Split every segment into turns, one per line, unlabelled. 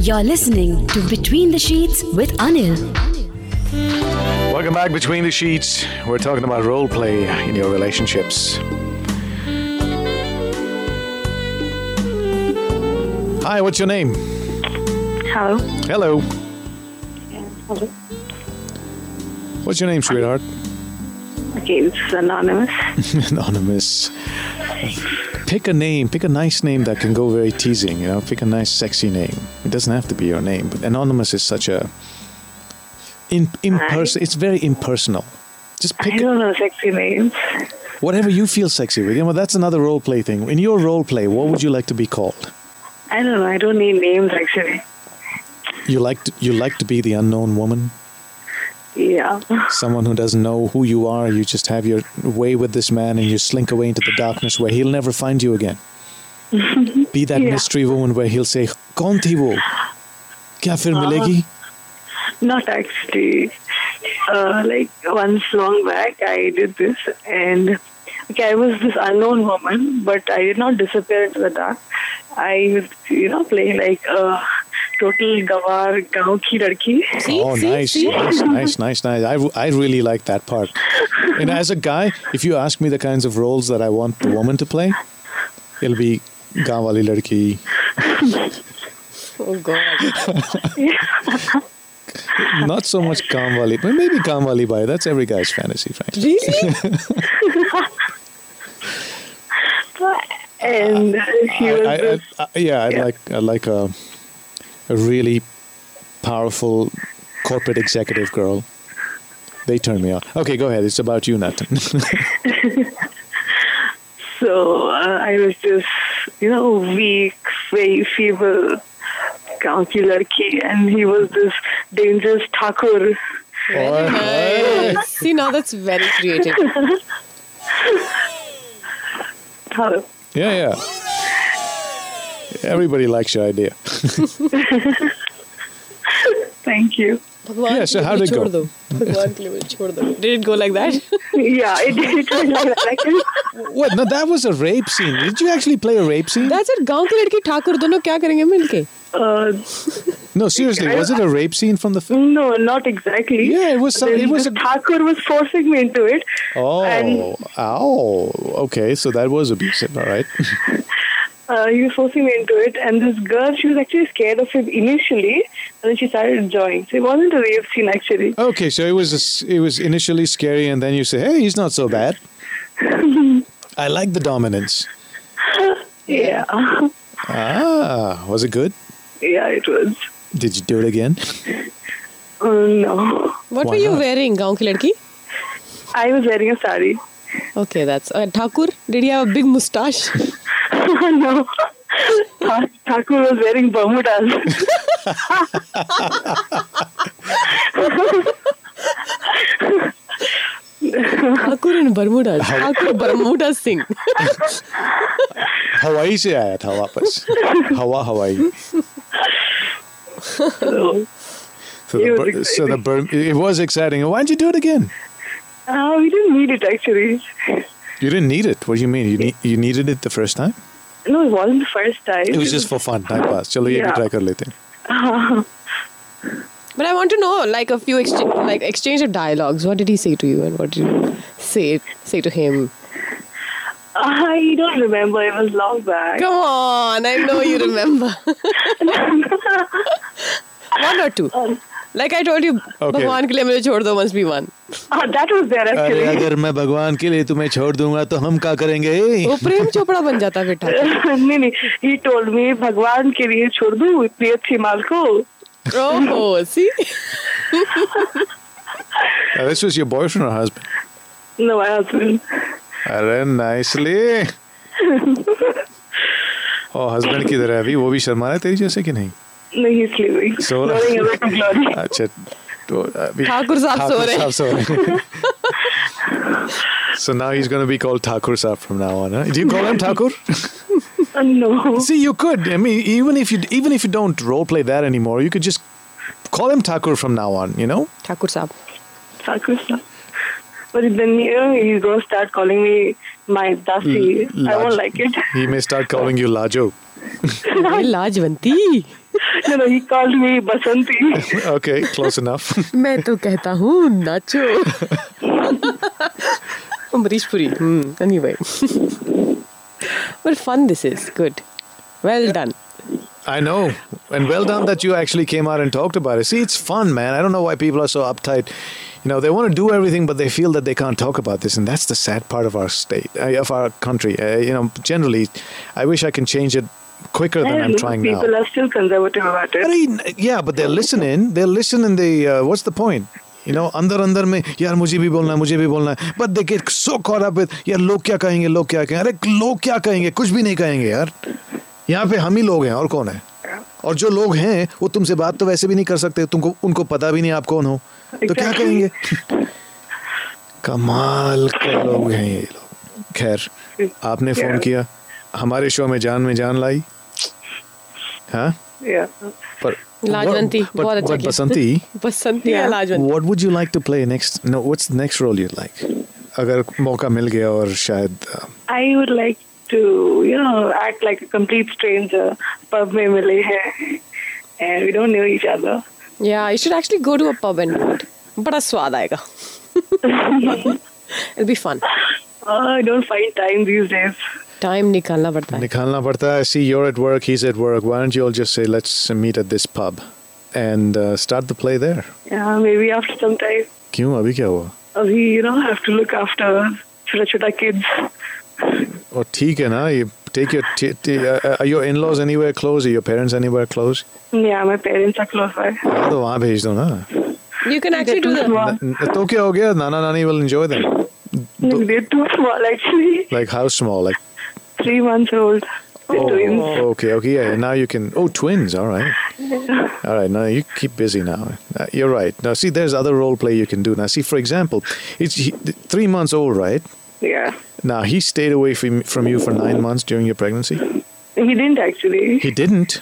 You're listening to Between the Sheets with Anil.
Welcome back between the sheets. We're talking about role play in your relationships. Hi, what's your name?
Hello.
Hello.
Hello.
What's your name, sweetheart?
Okay, it's anonymous.
Anonymous. Pick a name. Pick a nice name that can go very teasing. You know, pick a nice, sexy name. It doesn't have to be your name, but anonymous is such a in imperson. It's very impersonal. Just
I
pick a,
don't know sexy names.
whatever you feel sexy with. You know, that's another role play thing. In your role play, what would you like to be called?
I don't know. I don't need names actually.
You like to, you like to be the unknown woman,
Yeah.
someone who doesn't know who you are. You just have your way with this man, and you slink away into the darkness where he'll never find you again. be that
Yeah.
mystery woman where he'll say, "कौन थी वो? क्या फिर मिलेगी?"
Not actually. Uh, like once long back, I did this, and okay, I was this unknown woman, but I did not disappear into the dark. I was, you know, playing like a total gawar gaon ki ladki.
See,
oh,
see,
nice,
see.
nice, nice, nice, nice. I, I really like that part. And as a guy, if you ask me the kinds of roles that I want the woman to play, it'll be gaon wali ladki,
Oh God.
not so much gaon wali, but maybe gaon wali bhai. That's every guy's fantasy, frankly.
Really?
And she was
Uh, I, I,
this,
I, yeah, I'd like I'd like a a really powerful corporate executive girl. They turn me on. Okay, go ahead. It's about you, Nathan.
so uh, I was just, you know, weak, very feeble gaon ki ladki, and he was this dangerous thakur.
Nice. See, now that's very creative.
Thakur.
Yeah, yeah. Everybody likes your idea.
Thank you.
Bhagwan
Yeah, so
ke
how
liye
did it go?
chhod do. Bhagwan ke liye chhod do. Did it go like that?
Yeah, it did. Like,
What? No, that was a rape scene. Did you actually play a rape scene?
That's it. गांव के लड़की ठाकुर दोनों क्या करेंगे मिलके?
uh,
No, seriously, was it a rape scene from the film?
no, not exactly.
Yeah, it was some-
Then
it was
this
a-
Thakur was forcing me into it.
Oh,
And-
ow. Okay, so that was abusive, all right.
Uh, he was forcing me into it, and this girl, she was actually scared of him initially, and then she started enjoying. So it wasn't a rape scene actually.
Okay, so it was a s it was initially scary, and then you say, "Hey, he's not so bad." I like the dominance.
Yeah,
Ah, was it good?
yeah, it was.
Did you do it again?
Oh no,
What
Why
were you
not?
wearing, गांव की लड़की?
I was wearing a sari.
Okay, that's uh, Thakur. Did he have a big mustache?
no, Tha- Thakur was wearing Bermudas.
Thakur in Bermudas. Thakur Bermuda Singh.
हवाई से आया था वापस हवा हवाई so
So,
the,
It was
Bur- so the Bur- it was exciting why did you do it again
uh, we didn't need it actually.
you didn't need it what do you mean you, ne- you needed it the first time
No, it wasn't the first time.
it was just for fun time pass चलो ये भी
Yeah.
try कर लेते हैं
But I want to know, like a few exchange, like exchange of dialogues. What did he say to you, and what did you say say to him?
I don't remember. It was long back.
Come on, I know you remember. one or two. Like I told you,
Okay.
भगवान के लिए मुझे छोड़ दो must be one.
Ah, that was there
अरे
actually.
अगर मैं भगवान के लिए तुम्हें छोड़ दूंगा तो हम क्या करेंगे
वो प्रेम चोपड़ा बन जाता बेटा
नहीं नहीं ही टोल्ड मी भगवान के लिए छोड़ दू इतनी अच्छी माल को
ओहो see
Uh, this was your boyfriend or husband
no my husband
अरे नाइसली और हस्बैंड किधर है अभी वो भी शर्मा रहा है तेरी जैसे कि नहीं
नहीं sleeving
So-
rolling away to glory
अच्छा तो अभी
ठाकुर साहब सो रहे हैं।
so now he's going to be called Thakur Saab from now on. Huh? Do you call him Thakur?
Uh, no
See, you could. I mean, even if you even if you don't role play that anymore, you could just call him Thakur from now on. You know?
Thakur साहब
ठाकुर साहब But then you know, he's gonna start calling me my dasi. I
Laj-
won't like it.
हाँ।
He may start calling you Lajo.
ये लाजवंती
No, no, he called me Basanti.
okay, close enough.
मैं तो कहता हूँ नाचो Amrish Puri anyway hmm, but fun this is good well done
I know. And well done that you actually came out and talked about it. See, it's fun, man. I don't know why people are so uptight. You know, they want to do everything, but they feel that they can't talk about this. And that's the sad part of our state, uh, of our country. Uh, you know, generally, I wish I can change it quicker than I'm trying now.
People are still conservative about
I
it.
mean, yeah, but they're listening. They're listening. They uh, what's the point? You know, अंदर अंदर में यार मुझे भी बोलना है मुझे भी बोलना है but they get so caught up with यार लोग क्या कहेंगे लोग क्या कहेंगे अरे लोग क्या कहेंगे कुछ भी नहीं कहेंगे यार यहाँ पे हम ही लोग हैं और कौन है और जो लोग हैं वो तुमसे बात तो वैसे भी नहीं कर सकते तुमको उनको पता भी नहीं आप कौन हो तो क्या
Exactly.
कहेंगे कमाल के लोग हैं ये लोग खैर आपने फोन
Yeah.
किया हमारे शो में जान में जान लाई हाँ
Yeah.
But
लाजवंती,
But,
बहुत अच्छा
but
किया। हाँ,
Basanti,
बसंत या
Yeah.
लाजवंत
what would you like to play next? No, what's the next role you'd like? अगर मौका मिल गया और शायद uh,
I would like to, you know, act like a complete stranger. Pub mein mile hai, and we don't know each other.
yeah you should actually go to a pub and do it बड़ा स्वाद आएगा it'll be fun
Uh, I don't find time these days.
time निकालना पड़ता है
निकालना पड़ता है. See, you're at work, he's at work. Why don't you all just say, let's meet at this pub and uh, start the play there?
Yeah, maybe after some time,
क्यों अभी क्या हुआ?
uh, we, you know, have to look after chota chota kids.
और ठीक है ना ये take your t- t- uh, are your in-laws anywhere close? Are your parents anywhere close?
Yeah, my parents are close by.
हाँ, तो वहाँ भेज दो ना.
you can actually
They're too
do the
small.
न- तो क्या हो गया? नाना नानी will enjoy them.
No, they're too small actually.
Like how small? Like
Three months old. They're twins.
Oh, okay, okay, yeah. Now you can. Oh, twins. All right. All right. Now you keep busy. Now Uh, you're right. Now see, there's other role play you can do. Now see, for example, it's he, th- three months old, right?
Yeah.
Now he stayed away from from you for nine months during your pregnancy.
He didn't actually.
He didn't.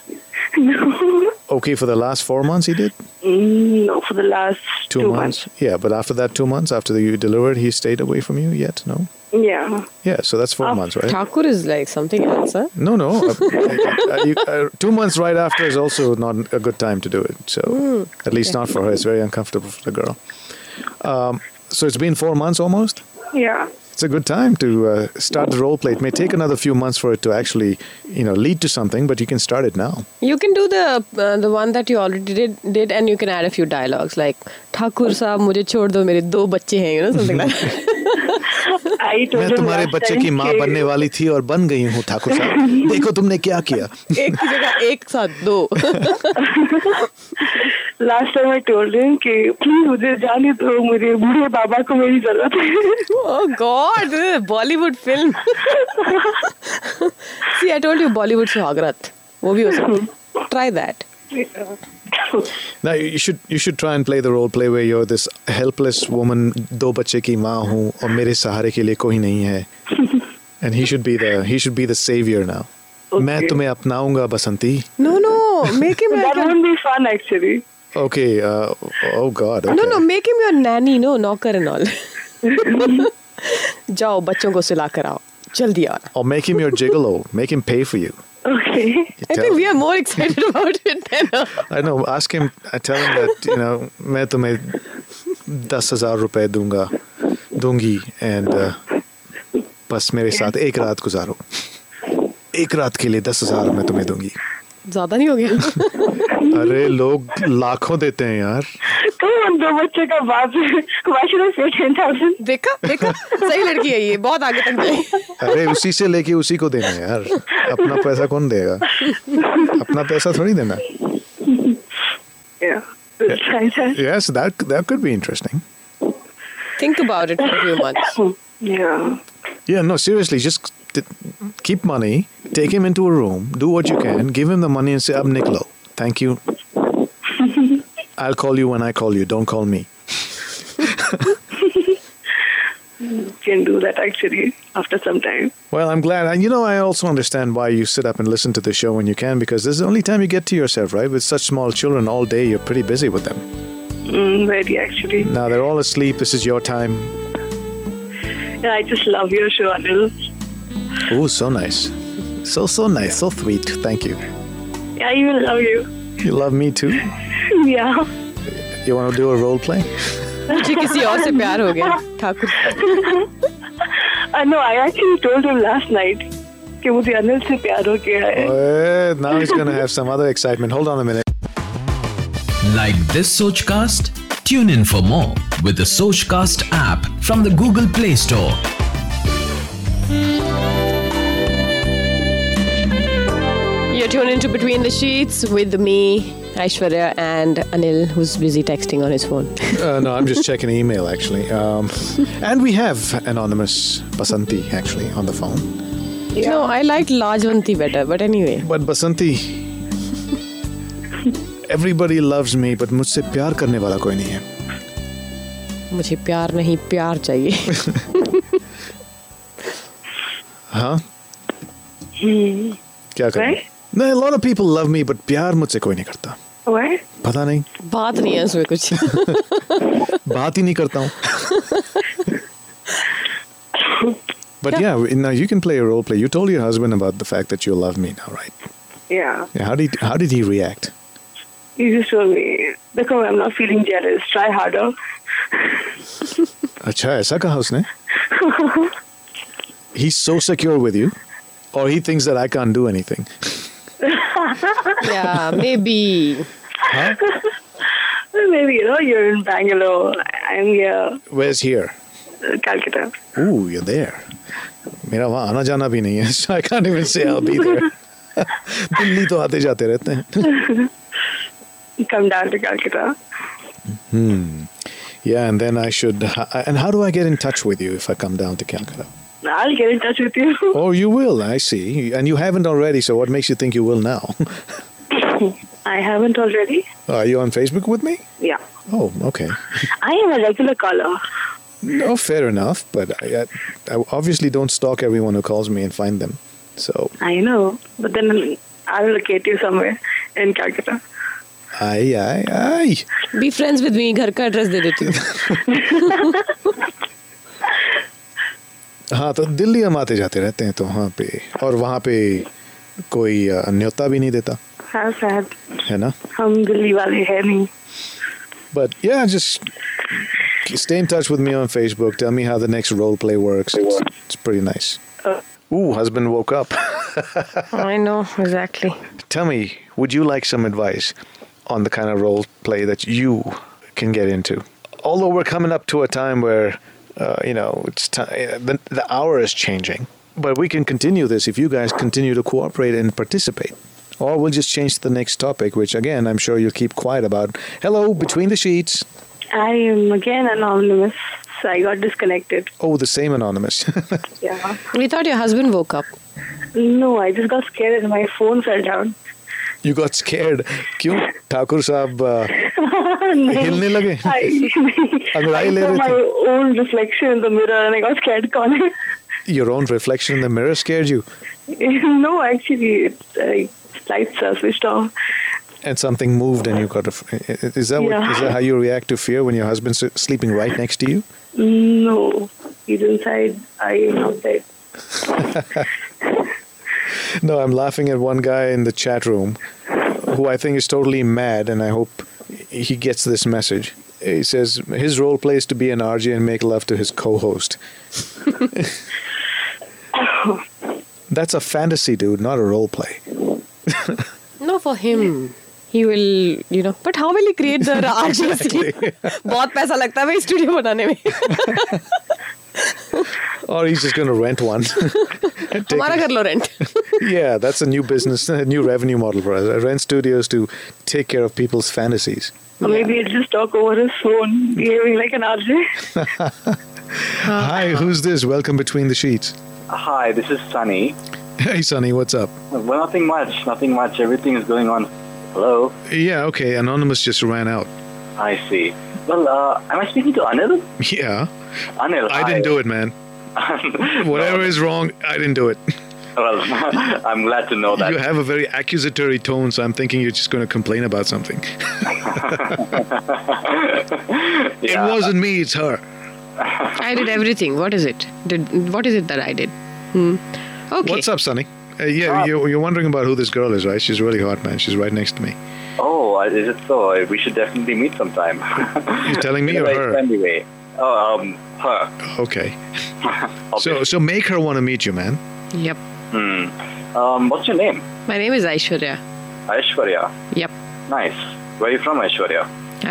no.
Okay, for the last four months he did.
Mm, no, for the last
Two, months. Yeah, but after that two months, after you delivered, he stayed away from you yet? No.
Yeah.
Yeah. So that's four
After-
months, right?
Thakur is like something else हाँ। huh?
No, no. Uh, uh, you- uh, two months right after is also not a good time to do it. So, at least not for her. It's very uncomfortable for the girl. Um, so, it's been four months almost.
Yeah.
It's a good time to uh, start the role play. It may take another few months for it to actually, you know, lead to something, but you can start it now.
You can do the uh, the one that you already did, did and you can add a few dialogues like Thakur साहब मुझे छोड़ दो मेरे दो बच्चे हैं you know something like that.
I told
मैं
him
तुम्हारे
last
बच्चे
time
की माँ
कि-
बनने वाली थी और बन गई हूँ ठाकुर साहब देखो तुमने क्या किया
एक की जगह एक साथ दो
Last time I told him कि please मुझे जाने दो मेरे बूढ़े बाबा को मेरी जरूरत है
oh God this is a Bollywood film see I told you Bollywood स्वागत वो भी हो सकता है. try that
Now you should you should try and play the role play where you're this helpless woman, दो बच्चे की माँ हूँ और मेरे सहारे के लिए कोई नहीं है. And he should be the he should be the savior now. मैं
Okay.
तुम्हें अपनाऊंगा बसंती.
no no make him
That
like a,
won't be fun actually.
Okay. Uh, oh God. Okay.
no no make him your nanny no knocker and all जाओ बच्चों को सुला कर आओ जल्दी आना
Or make him your gigolo. Make him pay for you.
Okay.
You
I
tell-
think we are more excited about it than uh, her.
I know. Ask him. I tell him that you know. मैं तुम्हें दस हजार रुपए दूंगा, दूंगी and uh, बस मेरे साथ एक रात गुजारो. एक रात के लिए दस हजार मैं तुम्हें दूंगी.
ज्यादा नहीं हो गया
अरे लोग लाखों देते हैं यार
तो उन दो बच्चे का बाप why should I say ten thousand?
देखा देखा सही लड़की है ये बहुत आगे तक गई
अरे उसी से लेके उसी को देना है यार अपना पैसा कौन देगा अपना पैसा थोड़ी देना
Yeah. Try that.
Yes that that could be interesting
think about it for few months
Yeah.
Yeah, no, seriously, just t- keep money, take him into a room, do what you can, give him the money and say, Ab Niklo, thank you. I'll call you when I call you, don't call me.
Can do that actually after some time.
Well, I'm glad. And you know, I also understand why you sit up and listen to the show when you can because this is the only time you get to yourself, right? With such small children all day, you're pretty busy with them.
Mm, very actually.
Now they're all asleep, this is your time.
Yeah, I just love your show, Anil.
Oh, so nice. So, so nice, so sweet, thank you.
Yeah, I even love you.
You love me too?
yeah.
You want to do a role play?
मुझे किसी और से प्यार हो गया Thakur
I know. I actually told him last night कि मुझे अनिल से प्यार हो गया है
Uh, now he's going to have some other excitement. Hold on a minute.
Like this Sochcast? Tune in for more with the Sochcast app from the Google Play Store.
You're tuned into Between the Sheets with me, Aishwarya, and Anil, who's busy texting on his phone.
Uh, no, I'm just checking email actually. Um, and we have anonymous Basanti actually on the phone.
No, I liked Lajwanti better, but anyway.
But Basanti, everybody loves me, but मुझसे प्यार करने वाला कोई नहीं है.
मुझे प्यार नहीं प्यार चाहिए
Huh? क्या करें?
Right?
No, a lot of people love me, but प्यार मुझसे कोई नहीं करता.
Why?
पता नहीं.
बात नहीं है उसमें कुछ
बात ही नहीं करता हूँ. But yeah, we- now you can play a role play. You told your husband about the fact that you love me now, right?
Yeah.
Yeah, how did how did he react?
He just told me, "देखो, I'm not feeling jealous. Try harder."
अच्छा ऐसा कहा उसने He's so secure with you or he thinks that I can't do anything.
yeah maybe
Well, maybe you know you're in Bangalore. I'm here,
Where's here?
Calcutta.
Ooh, you're there. मेरा वहाँ आना जाना भी नहीं है so I can't even say I'll be there. Delhi तो आते जाते रहते हैं
Come down to Calcutta.
Yeah, and then I should. And how do I get in touch with you if I come down to Calcutta?
I'll get in touch with you.
Oh, you will, I see. And you haven't already, so what makes you think you will now?
I haven't already.
Are you on Facebook with me?
Yeah.
Oh, okay.
I am a regular caller.
No, fair enough, but I, I, I obviously don't stalk everyone who calls me and find them. So
I know, but then I'll locate you somewhere in Calcutta.
I, I, I.
be friends with me घर का address दे देती हूँ
हाँ तो दिल्ली हम आते जाते रहते हैं तो वहाँ पे और वहाँ पे कोई अ, न्योता भी नहीं देता
How sad.
है ना
हम दिल्ली वाले हैं नहीं.
But yeah, just stay in touch with me on Facebook. Tell me how the next role play works. It's, it's pretty nice. Ooh, husband woke up.
I know exactly
Tell me, would you like some advice on the kind of role play that you can get into? Although we're coming up to a time where, uh, you know, it's time, the, the hour is changing, but we can continue this if you guys continue to cooperate and participate. Or we'll just change to the next topic, which again, I'm sure you'll keep quiet about. Hello, between the sheets.
I am again anonymous, so I got disconnected.
Oh, the same anonymous.
Yeah.
we thought your husband woke up
No, I just got scared and my phone fell down.
you got scared. क्यों ठाकुर साहब uh, हिलने लगे
I,
अंगड़ाई
I
ले
saw
रहे
my
थे
own reflection in the mirror and I got scared. Calling.
your own reflection in the mirror scared you
no, actually, it, I, lights are switched off.
and something moved and you got a is that what is
Yeah.
that how you react to fear when your husband's sleeping right next to you
No, he's inside. I am outside.
no i'm laughing at one guy in the chat room who i think is totally mad and i hope he gets this message he says his role plays to be an rj and make love to his co-host that's a fantasy dude not a role play
no for him he will you know but how will he create the RJ sleep बहुत पैसा लगता है भाई studio बनाने में
or he's just going to rent one Take
हमारा
it.
कर लो rent
yeah, that's a new business, a new revenue model for us. I rent studios to take care of people's fantasies.
Or maybe he'll just talk over his phone, behaving like an RJ.
Hi, who's this? Welcome between the sheets.
Hi, this is Sunny.
Hey, Sonny, what's up?
Well, nothing much, nothing much. Everything is going on. Hello.
Yeah, okay. Anonymous just ran out.
I see. Well, uh, am I speaking to Anil?
Yeah,
Anil.
I didn't do it, man. Whatever is wrong, I didn't do it.
Well, I'm glad to know that.
You have a very accusatory tone, so I'm thinking you're just going to complain about something.
Yeah.
It wasn't me, it's her.
I did everything what is it did what is it that I did hmm okay
What's up, Sonny? Uh, yeah, you're, you're wondering about who this girl is, right? She's really hot, man. She's right next to me.
Oh, I- is it so? Uh, We should definitely meet sometime.
You're telling me
In a
or
very
her?
friendly way. Oh, um, her.
Okay. So,
obviously.
so make her want to meet you, man.
Yep.
um, what's your name?
My name is Aishwarya.
Aishwarya.
Yep.
Nice. Where are you from, Aishwarya?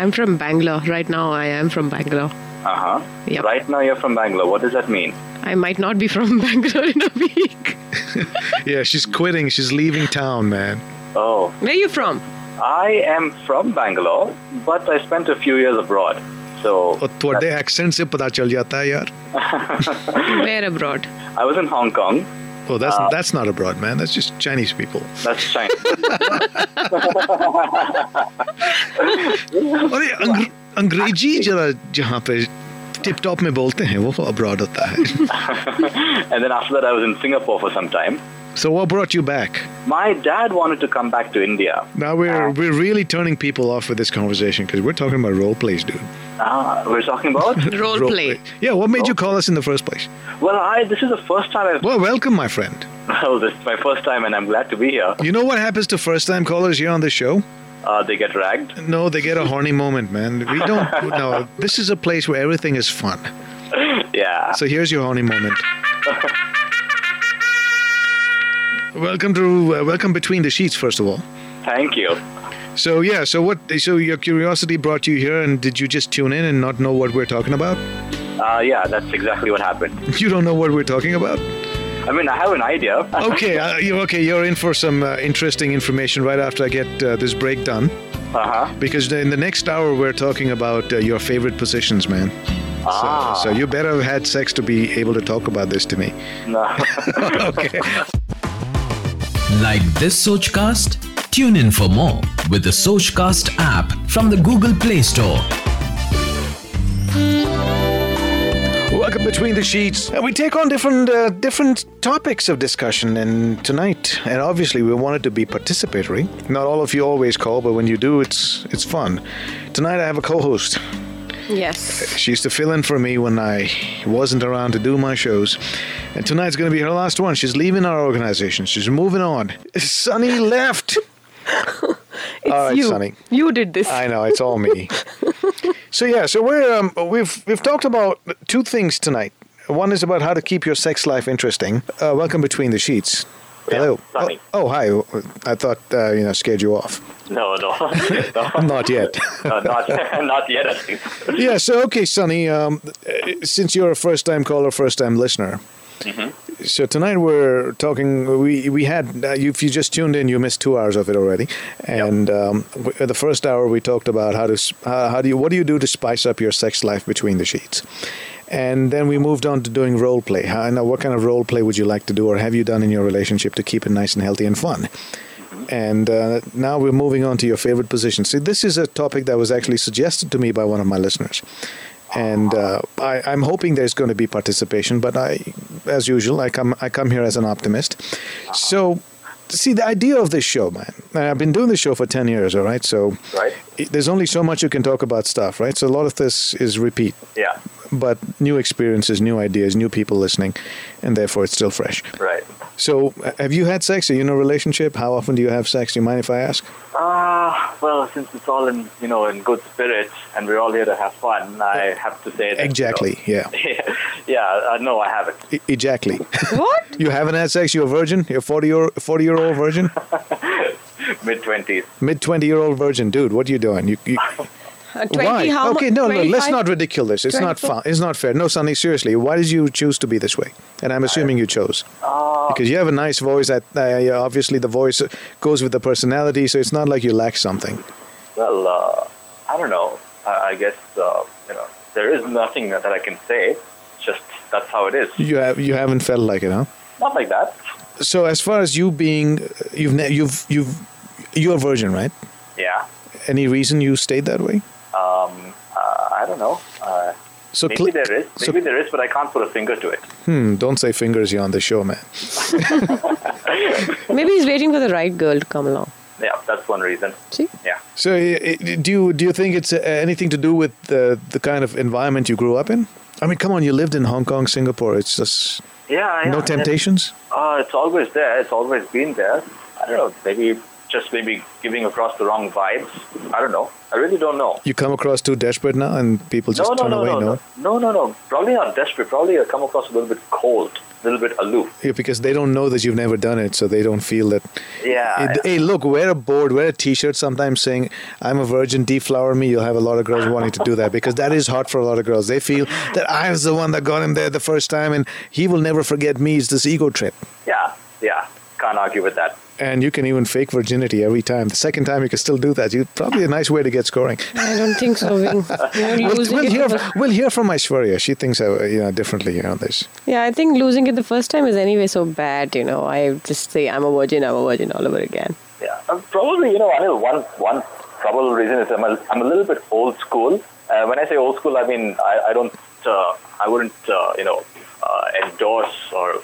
I'm from Bangalore. Right now, I am from Bangalore.
Uh huh.
Yep.
Right now you're from Bangalore. What does that mean?
I might not be from Bangalore in a week.
Yeah, she's quitting. She's leaving town, man.
Oh,
Where are you from?
I am from Bangalore, but I spent a few years abroad. So
और ਤੁਹਾਡੇ accent से पता चल जाता है यार.
Where abroad?
I was in Hong Kong.
Oh, that's
Um,
that's not abroad, man. That's just Chinese people.
That's China.
अरे अंग्र- अंग्रेजी जरा जहाँ पे टिप टॉप में बोलते हैं वो abroad होता है.
and then after that, I was in Singapore for some time.
So what brought you back?
My dad wanted to come back to India.
Now we're we're really turning people off with this conversation because we're talking about role plays, dude.
Ah, we're talking about.
Role,
Role
play.
Yeah, what made you call us in the first place?
well, I this is the first time I've.
Well, welcome, my friend.
Well, this is my first time, and I'm glad to be here.
You know what happens to first-time callers here on the show?
Uh, they get ragged.
No, they get a horny moment, man. We don't. No, this is a place where everything is fun.
Yeah.
So here's your horny moment. welcome to uh, welcome between the sheets. First of all,
Thank you.
so yeah, so what? So your curiosity brought you here, and did you just tune in and not know what we're talking about?
Uh, yeah, that's exactly what happened.
You don't know what we're talking about?
I mean, I have an idea.
Okay, uh, you okay? You're in for some uh, interesting information right after I get uh, this break done,
Uh huh.
because in the next hour we're talking about uh, your favorite positions, man.
Ah.
So, so you better have had sex to be able to talk about this to me.
No.
okay.
Like this Sochcast? Tune in for more with the Sochcast app from the Google Play Store.
Welcome between the sheets. Uh, we take on different uh, different topics of discussion, and tonight, and obviously, we want it to be participatory. Not all of you always call, but when you do, it's it's fun. Tonight, I have a co-host.
Yes.
She used to fill in for me when I wasn't around to do my shows, and tonight's going to be her last one. She's leaving our organization. She's moving on. Sunny left.
It's
All right,
you.
Sunny.
You did this.
I know it's all me. so yeah, so we're um, we've we've talked about two things tonight. One is about how to keep your sex life interesting. Uh, welcome between the sheets. Hello. Oh,
sorry.
oh, hi. I thought uh, you know scared you off.
No, no, no,
Not yet.
no not, not yet. At least.
yeah. So okay, Sonny. Um, uh, since you're a first-time caller, first-time listener. So tonight we're talking. We we had uh, you- if you just tuned in, you missed two hours of it already. And um, w- the first hour we talked about how to s- uh, how, how do you what do you do to spice up your sex life between the sheets, and then we moved on to doing role play. How, now, what kind of role play would you like to do, or have you done in your relationship to keep it nice and healthy and fun? And uh, now we're moving on to your favorite position. See, this is a topic that was actually suggested to me by one of my listeners. And uh, I, I'm hoping there's going to be participation, but I, as usual, I come I come here as an optimist. So, see, the idea of this show, man. and I've been doing this show for ten years, all right. So,
Right.
it- there's only so much you can talk about stuff, right? So a lot of this is repeat
Yeah.
but new experiences, new ideas, new people listening, and therefore it's still fresh.
Right.
So, uh, have you had sex? Are you in a relationship? How often do you have sex? Do you mind if I ask?
Ah, well, since it's all in you know in good spirits and we're all here to have fun, I have to say that,
Exactly, yeah.
You know, yeah. Uh, no, I haven't.
E- exactly.
What?
you haven't had sex? You're a virgin? You're a 40 year, 40 year old virgin?
Mid twenties.
Mid 20 year old virgin? Dude, what are you doing? You, you,
Uh, 20
why?
how mu-
okay, no, no, let's
25?
not ridiculous. It's not
24?
fun. It's not fair. No, Sunny, seriously, why did you choose to be this way? And I'm assuming you chose.
Ah.
because you have a nice voice. That uh, yeah, Obviously, the voice goes with the personality, so it's not like you lack something.
Well, uh, I don't know. I, I guess uh, you know there is nothing that I can say. Just that's how it is.
You have you haven't felt like it, huh?
Not like that.
So as far as you being, you've ne- you've you've you're a virgin, right?
Yeah.
Any reason you stayed that way?
Um, uh, I don't know. Uh,
So
maybe
cl-
there is.
so-
Maybe there is, but I can't put a finger to it.
Hmm, don't say fingers here on the show, man.
Maybe he's waiting for the right girl to come along.
Yeah, that's one reason.
See?
Yeah.
eh, So i i do you do you think it's uh, anything to do with the the kind of environment you grew up in? I mean, come on, you lived in Hong Kong, Singapore. It's just
Yeah, yeah.
no
and-
temptations.
Uh, it's always there. It's always been there. I don't know. Maybe just maybe giving across the wrong vibes. I don't know. I really don't know.
You come across too desperate now, and people just
no, no,
turn
no,
away.
no,
No,
no, no, no, no. Probably not desperate. Probably I come across a little bit cold, a little bit aloof.
Yeah, because they don't know that you've never done it, so they don't feel that.
Yeah.
It- Hey, look, wear a board, wear a T-shirt. Sometimes saying, "I'm a virgin, deflower me." You'll have a lot of girls wanting to do that because that is hot for a lot of girls. They feel that I was the one that got him there the first time, and he will never forget me. It's this ego trip,
Yeah, yeah. Can't argue with that.
and you can even fake virginity every time. The second time, you can still do that. You probably a nice way to get scoring.
I don't think so. Vin. You're
We'll,
losing
we'll
it
hear.
the first-
We'll hear from Aishwarya. She thinks uh, you know differently on this.
yeah, I think losing it the first time is anyway so bad. You know, I just say I'm a virgin, I'm a virgin all over again.
Yeah, um, probably you know Anil, one one probable reason is I'm a, I'm a little bit old school. Uh, when I say old school, I mean I, I don't uh, I wouldn't uh, you know uh, endorse or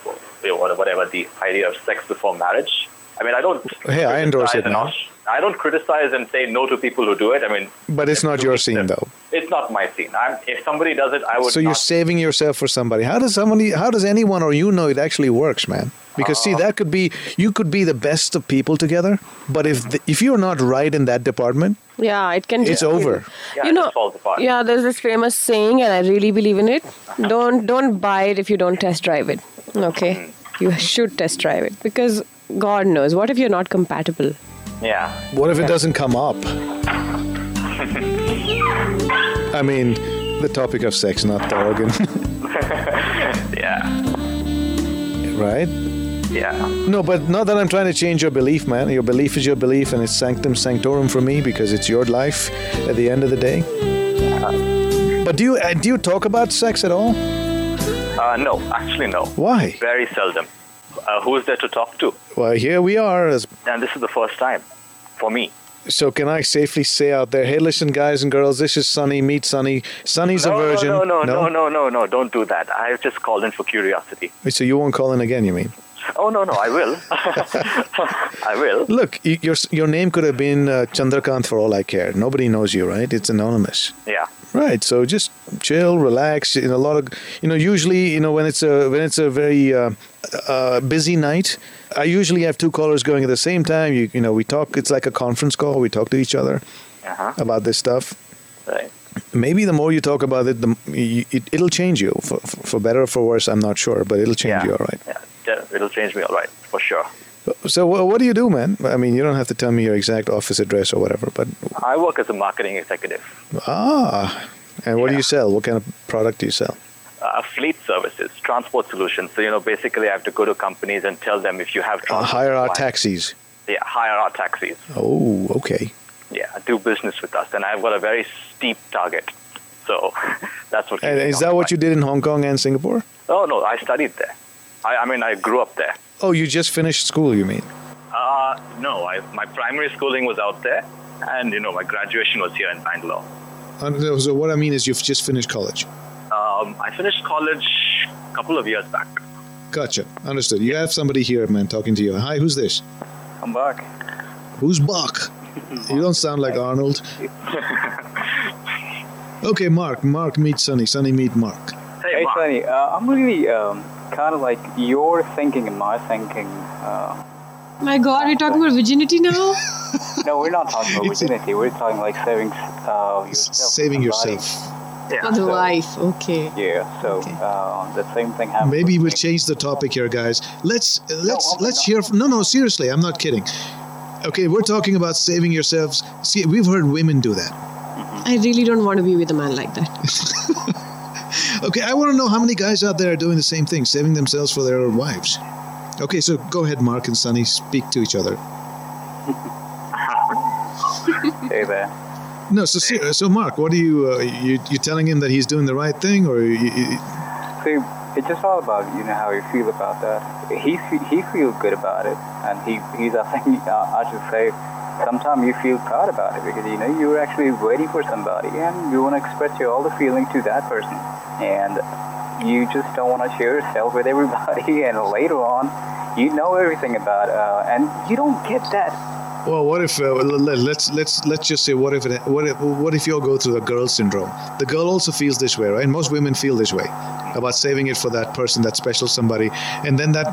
you know, whatever the idea of sex before marriage. I mean I don't.
Hey, I endorse it
criticize and
now.
aus- I don't criticize and say no to people who do it. I mean,
But it's not your scene,
them.
though.
It's not my scene. I'm, if somebody does it, I would.
So you're
not-
saving yourself for somebody. How does somebody? How does anyone or you know it actually works, man? Because see, that could be you could be the best of people together, but if the, if you're not right in that department,
Yeah, it can.
It's
just-
over.
Yeah,
you
it
know,
just falls apart.
yeah. There's this famous saying, and I really believe in it. Don't don't buy it if you don't test drive it. Okay, you should test drive it because God knows what if you're not compatible.
yeah,
what if it doesn't come up? I mean, the topic of sex, not the organ,
yeah,
right?
yeah.
No, but not that I'm trying to change your belief, man. Your belief is your belief, and it's sanctum sanctorum for me because it's your life at the end of the day. But do you uh, do you talk about sex at all?
Uh, no, actually, no.
Why?
Very seldom. Uh, who's there to talk to?
Well, here we are as
and this is the first time for me.
So can I safely say out there, hey, listen, guys and girls, this is Sunny. Meet Sunny. Sunny's a virgin.
No, no, no, no, no, no, no, don't do that. I've just called in for curiosity.
Wait, So you won't call in again, you mean?
Oh, no, no, I will. I will.
Look, y- your your name could have been uh, Chandrakant for all I care. Nobody knows you, right? It's anonymous.
Yeah.
Right. So just chill, relax. In a lot of, you know, usually, you know, when it's a when it's a very uh, uh, busy night, I usually have two callers going at the same time. You you know, we talk. It's like a conference call. We talk to each other
Uh-huh.
about this stuff.
Right.
maybe the more you talk about it, the m- y- it it'll change you for, for for better or for worse. I'm not sure, but it'll change
Yeah.
you, all right.
Yeah. Yeah, It'll change me, all right, for sure.
So wha what do you do, man? I mean, you don't have to tell me your exact office address or whatever, but
I work as a marketing executive,
ah, and what do
Yeah.
you sell? What kind of product do you sell?
uh, fleet services, transport solutions. So, you know, basically I have to go to companies and tell them if you have
Uh,
transport.
hire our
supplies-
taxis.
Yeah, hire our taxis.
Oh, okay.
Yeah, do business with us. And I've got a very steep target. So that's what.
And
keeps me
is that what you
occupied.
did in Hong Kong and Singapore?
Oh no, I studied there. I, I mean, I grew up there.
Oh, you just finished school, you mean?
Uh, no, I, my primary schooling was out there, and you know, my graduation was here in Bangalore.
Uh, So what I mean is you've just finished college.
Um, I finished college a couple of years back.
Gotcha. Understood. You have somebody here, man, talking to you. Hi, who's this?
I'm back.
Who's Bach? You don't sound like Arnold. Okay, Mark. Mark meet Sunny. Sunny meet Mark.
Hey,
Hey,
Mark.
Sunny, uh, I'm really um, kind of like your thinking and my thinking. Uh,
My God, we're talking about virginity now.
no, we're not talking about
It's a-
virginity. We're talking like saving uh,
S-
yourself.
Saving
somebody.
yourself.
Yeah.
the wife, okay.
Yeah, so uh, the same thing happened.
Maybe
with
we'll
me.
change the topic here, guys. Let's let's
I'm
let's
not.
hear. From, no, no, seriously, I'm not kidding. Okay, we're talking about saving yourselves. See, we've heard women do that.
I really don't want to be with a man like that.
Okay, I want to know how many guys out there are doing the same thing, saving themselves for their wives. Okay, so go ahead, Mark and Sunny, speak to each other.
Hey there.
No, so ser- so Mark, what are you uh, you you telling him that he's doing the right thing, or you, you,
See, it's just all about you know how you feel about that. He fe- he feels good about it, and he he's I think uh, I should say, sometimes you feel proud about it because you know you're actually waiting for somebody, and you want to express your all the feeling to that person, and you just don't want to share yourself with everybody, and later on, you know everything about, uh, and you don't get that
Well, what if uh, let, let's let's let's just say what if it, what if what if you all go through the girl syndrome? The girl also feels this way, right? Most women feel this way about saving it for that person, that special somebody, and then that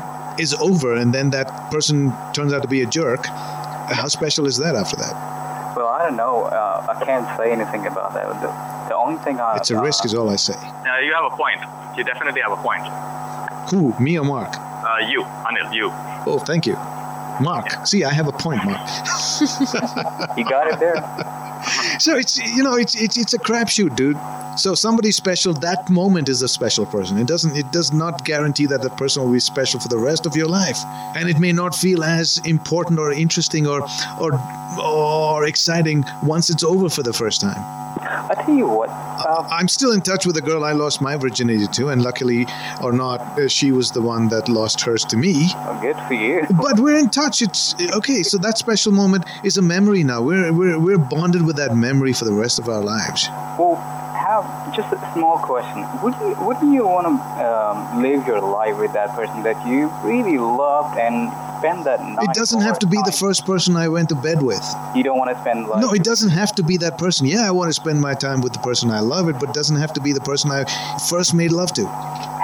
is over, and then that person turns out to be a jerk. How special is that after that?
Well, I don't know. Uh, I can't say anything about that. The, the only thing I
It's a risk, is all I say.
Uh, you have a point. You definitely have a point.
Who, me or Mark?
Uh, you, Anil, you.
Oh, thank you, Mark. See, I have a point, Mark.
uh, you got it there.
So it's you know it's it's it's a crapshoot, dude. So somebody special that moment is a special person. It doesn't it does not guarantee that that person will be special for the rest of your life, and it may not feel as important or interesting or or or exciting once it's over for the first time.
I tell you what. Uh,
I'm still in touch with a girl I lost my virginity to, and luckily or not, uh, she was the one that lost hers to me.
good for you.
But we're in touch. It's okay. So that special moment is a memory now. We're we're we're bonded with that memory for the rest of our lives.
Well, have just a small question. Would you wouldn't you want to um, live your life with that person that you really loved and spend that night?
It doesn't have to be the first person I went to bed with.
first. You don't want to spend like.
No, it doesn't have to be that person. Yeah, I want to spend my time with the person I love, it, but doesn't have to be the person I first made love to.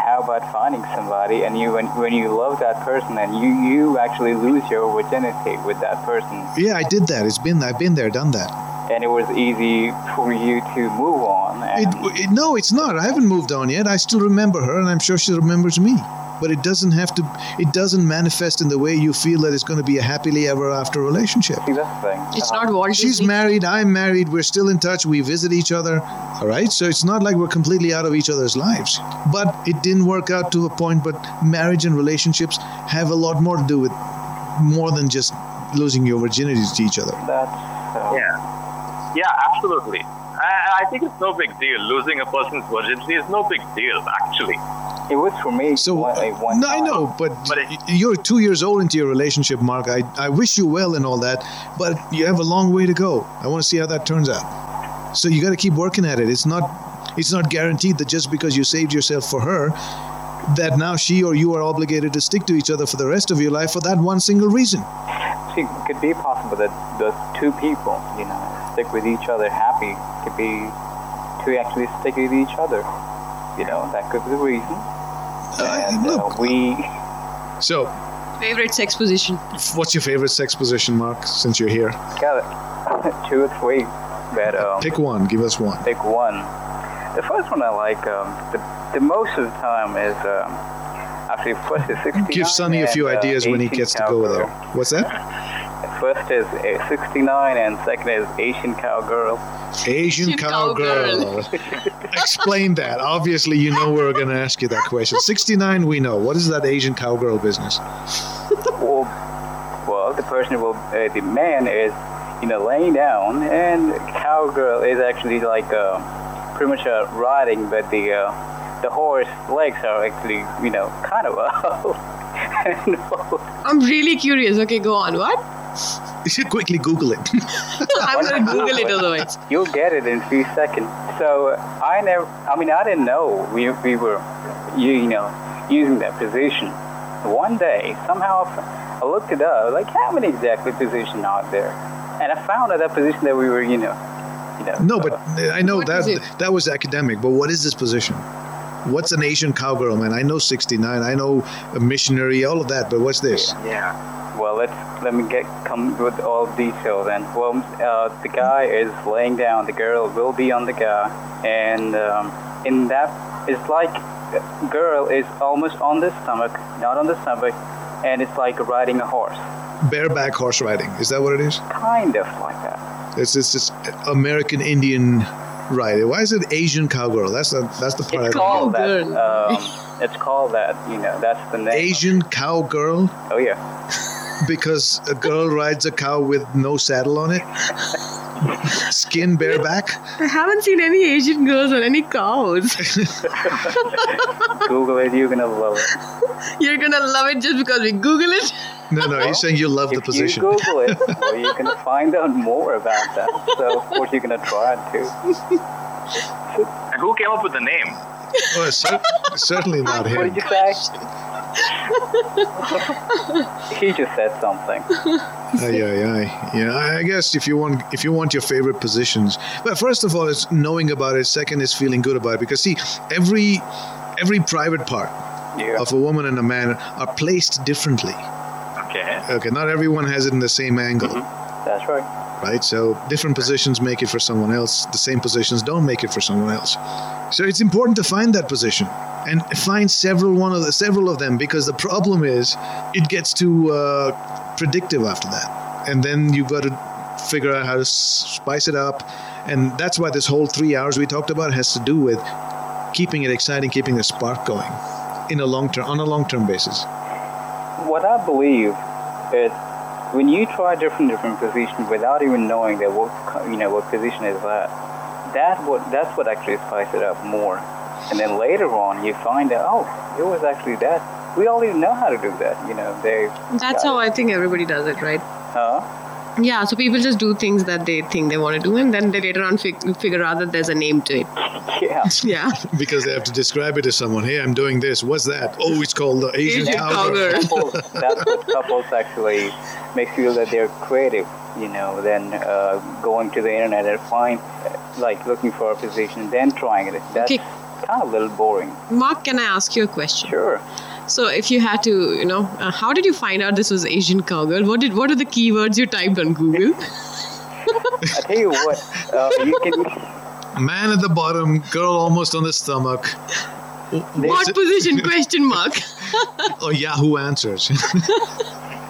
How about finding somebody and you when, when you love that person and you you actually lose your virginity with that person
Yeah, I did that. It's been I've been there, done that.
and it was easy for you to move on.
It,
And
it no, it's not. I haven't moved on yet. I still remember her, and I'm sure she remembers me. But it doesn't have to. It doesn't manifest in the way you feel that it's going to be a happily ever after relationship.
see that's the thing. Um,
It's not Walt
She's
Disney.
married, I'm married, we're still in touch, we visit each other, all right? So it's not like we're completely out of each other's lives. But it didn't work out to a point, but marriage and relationships have a lot more to do with more than just losing your virginity to each other.
That's uh,
Yeah. Yeah, absolutely. I, I think it's no big deal. Losing a person's virginity is no big deal, actually.
It was for me.
So, uh,
only one
no, I
time.
know, but,
But it-
you're two years old into your relationship, Mark. I, I wish you well and all that, but you have a long way to go. I want to see how that turns out. So you got to keep working at it. It's not, it's not guaranteed that just because you saved yourself for her, that now she or you are obligated to stick to each other for the rest of your life for that one single reason.
See, it could be possible that the two people, you know, stick with each other happy. Could be to actually stick with each other. You know, that could be the reason. And uh,
look.
we,
So,
Favorite sex position?
what's your favorite sex position, Mark? Since you're here,
got two or three that um,
pick one. Give us one.
pick one. The first one I like, um, the, the most of the time is um, actually first is 69.
Give Sonny a
and,
few
uh,
ideas when he
18
gets to go
cowgirl.
there. What's that?
First is uh, 69 and second is Asian Cowgirl.
Asian
Asian
cowgirl. Explain that. Obviously, you know we're going to ask you that question. 69, we know. What is that Asian cowgirl business?
Well, well, the person will, uh, the man is, you know, laying down, and cowgirl is actually like uh, pretty much uh, riding, but the uh, the horse legs are actually, you know, kind of up. and
I'm really curious. Okay, go on. What?
Quickly Google it.
I'm gonna Google it otherwise.
You'll get it in a few seconds. So uh, I never, I mean, I didn't know we, we were, you, you know, using that position. One day, somehow I looked it up, like how many exactly positions are there? And I found out that position that we were, you know, you know.
no, but
uh,
I know
What is it?
that that was academic, but what is this position? What's an Asian cowgirl, man? I know 69, I know a missionary, all of that, but what's this?
well, let's let me get come with all details. And well, uh, the guy is laying down, the girl will be on the guy, and um, in that, it's like the girl is almost on the stomach, not on the stomach, and it's like riding a horse,
Bareback horse riding. Is that what it is?
kind of like that.
It's this this American Indian riding. Why is it Asian cowgirl? That's the, that's the part
It's
I
called that.
girl.
Um, it's called that. You know, that's the name.
Asian cowgirl
Oh yeah.
because a girl rides a cow with no saddle on it. Skin bareback.
I haven't seen any Asian girls or any cows.
Google it. You're gonna love it.
You're gonna love it just because we Google it.
No, no, he's saying you love the
If
position.
you Google it, well, you can find out more about that. So, of course, you're gonna try it too.
And who came up with the name?
Oh, cer- certainly not
What
him.
did you say? He just said something.
Aye, aye, aye. Yeah, I I guess if you want, if you want your favorite positions, but first of all, it's knowing about it. Second is feeling good about it because see, every every private part
Yeah.
of a woman and a man are placed differently.
Okay.
Okay, not everyone has it in the same angle,
That's right.
right? So different positions make it for someone else. The same positions don't make it for someone else. So it's important to find that position and find several one of the several of them because the problem is it gets too uh, predictive after that, and then you've got to figure out how to s- spice it up, and that's why this whole three hours we talked about has to do with keeping it exciting, keeping the spark going in a long term on a long term basis.
What I believe is when you try different different positions without even knowing that what co- you know what position is that, that what that's what actually spices it up more. And then later on, you find out oh, it was actually that. We already know how to do that. You know they.
That's how I think everybody does it, right?
Huh?
Yeah, so people just do things that they think they want to do, and then they later on fig- figure out that there's a name to it.
Yeah.
Yeah.
because they have to describe it to someone. Hey, I'm doing this. What's that? Oh, it's called the Asian,
Asian
Tower.
Tower.
couples, that's what couples actually makes feel that they're creative, you know, then uh, going to the internet and find, uh, like, looking for a position, then trying it. That's
Okay.
kind of a little boring.
Mark, can I ask you a question?
Sure.
So, if you had to, you know, uh, how did you find out this was Asian cowgirl? What did? What are the keywords you typed on Google?
I tell you what, uh, you can.
Man at the bottom, girl almost on the stomach. W-
what
what's it-
position? Question mark.
Oh, Yahoo Answers.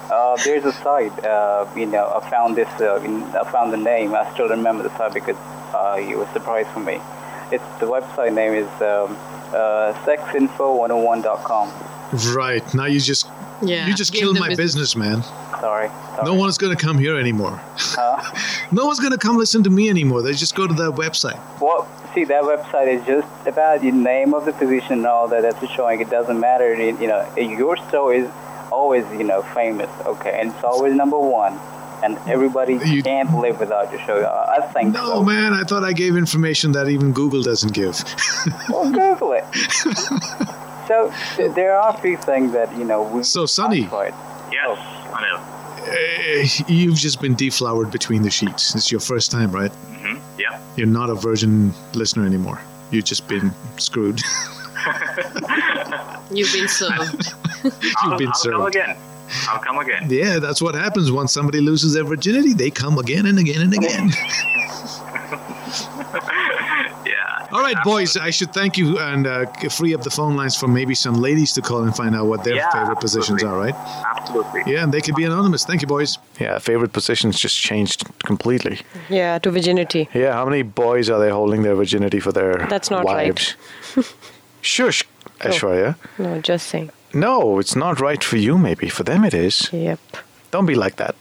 Uh, there's a site, uh, you know, I found this, uh, in, I found the name. I still remember the site because uh, it was a surprise for me. It's the website name is um, uh, sexinfo101.com.
right now, you just
Yeah,
you just
gave
killed
the
my
business.
business, man.
Sorry. Uh, sorry.
No one's gonna come here anymore. no one's gonna come listen to me anymore. They just go to that website.
Well, see, that website is just about the name of the position and all that. That's showing. It doesn't matter. It, you know, your show is always, you know, famous. Okay, and it's always number one, and everybody
You-
can't live without your show. I, I think
No,
so.
man. I thought I gave information that even Google doesn't give.
Well, Google it. so th- there are a few things that you know we.
So, Sunny.
I tried.
Yes, Anil.
Eh, You've just been deflowered between the sheets. It's your first time, right?
Yeah.
You're not a virgin listener anymore. You've just been screwed.
You've been served.
I'll,
been
I'll come
served.
again. I'll come again.
Yeah, that's what happens once somebody loses their virginity. They come again and again and again.
Yeah.
All right, boys, I should thank you and uh, free up the phone lines for maybe some ladies to call and find out what their
Yeah,
favorite positions are,
absolutely.
right?
Absolutely.
Yeah, and they could be anonymous. Thank you, boys.
Yeah, favorite positions just changed completely.
Yeah, to virginity.
Yeah, how many boys are they holding their virginity for their
That's not right.
wives? Shush, Ashwarya.
No, just saying.
No, it's not right for you, maybe. For them, it is.
Yep.
Don't be like that.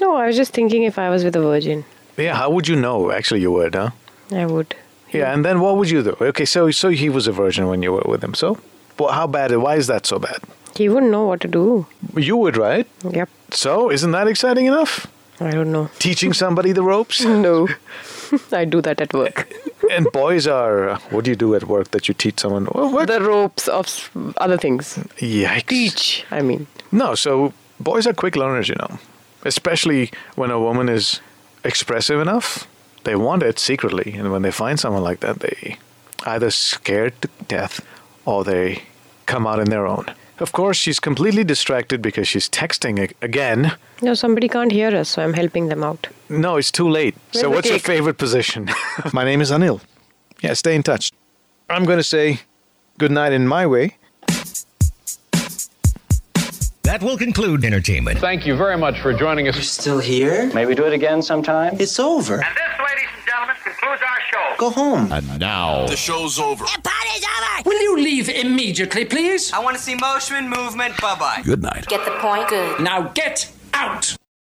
No, I was just thinking if I was with a virgin,
Yeah, how would you know? Actually, you would, huh?
I would.
Yeah, and then what would you do? Okay, so so he was a virgin when you were with him. So, well, how bad? Why is that so bad?
He wouldn't know what to do.
You would, right?
Yep.
So, isn't that exciting enough?
I don't know.
Teaching somebody the ropes.
No. I do that at work.
and boys are. uh, What do you do at work that you teach someone? Well, what?
The ropes of s- other things.
Yikes.
Teach. I mean,
No, so boys are quick learners, you know. Especially when a woman is expressive enough, they want it secretly. And when they find someone like that, they either scared to death or they come out in their own. Of course, she's completely distracted because she's texting ag- again.
no, somebody can't hear us, so I'm helping them out.
No, it's too late.
Where's
so,
the
what's your
cake?
favorite position? my name is Anil. Yeah, stay in touch. I'm going to say good night in my way.
That will conclude entertainment.
Thank you very much for joining us.
Still here?
Maybe do it again sometime.
It's over.
And this, ladies and gentlemen, concludes our show.
Go home.
And now,
Will you leave immediately, please?
I want to see motion, movement, bye bye.
good night.
Get the point? Good.
Now get out!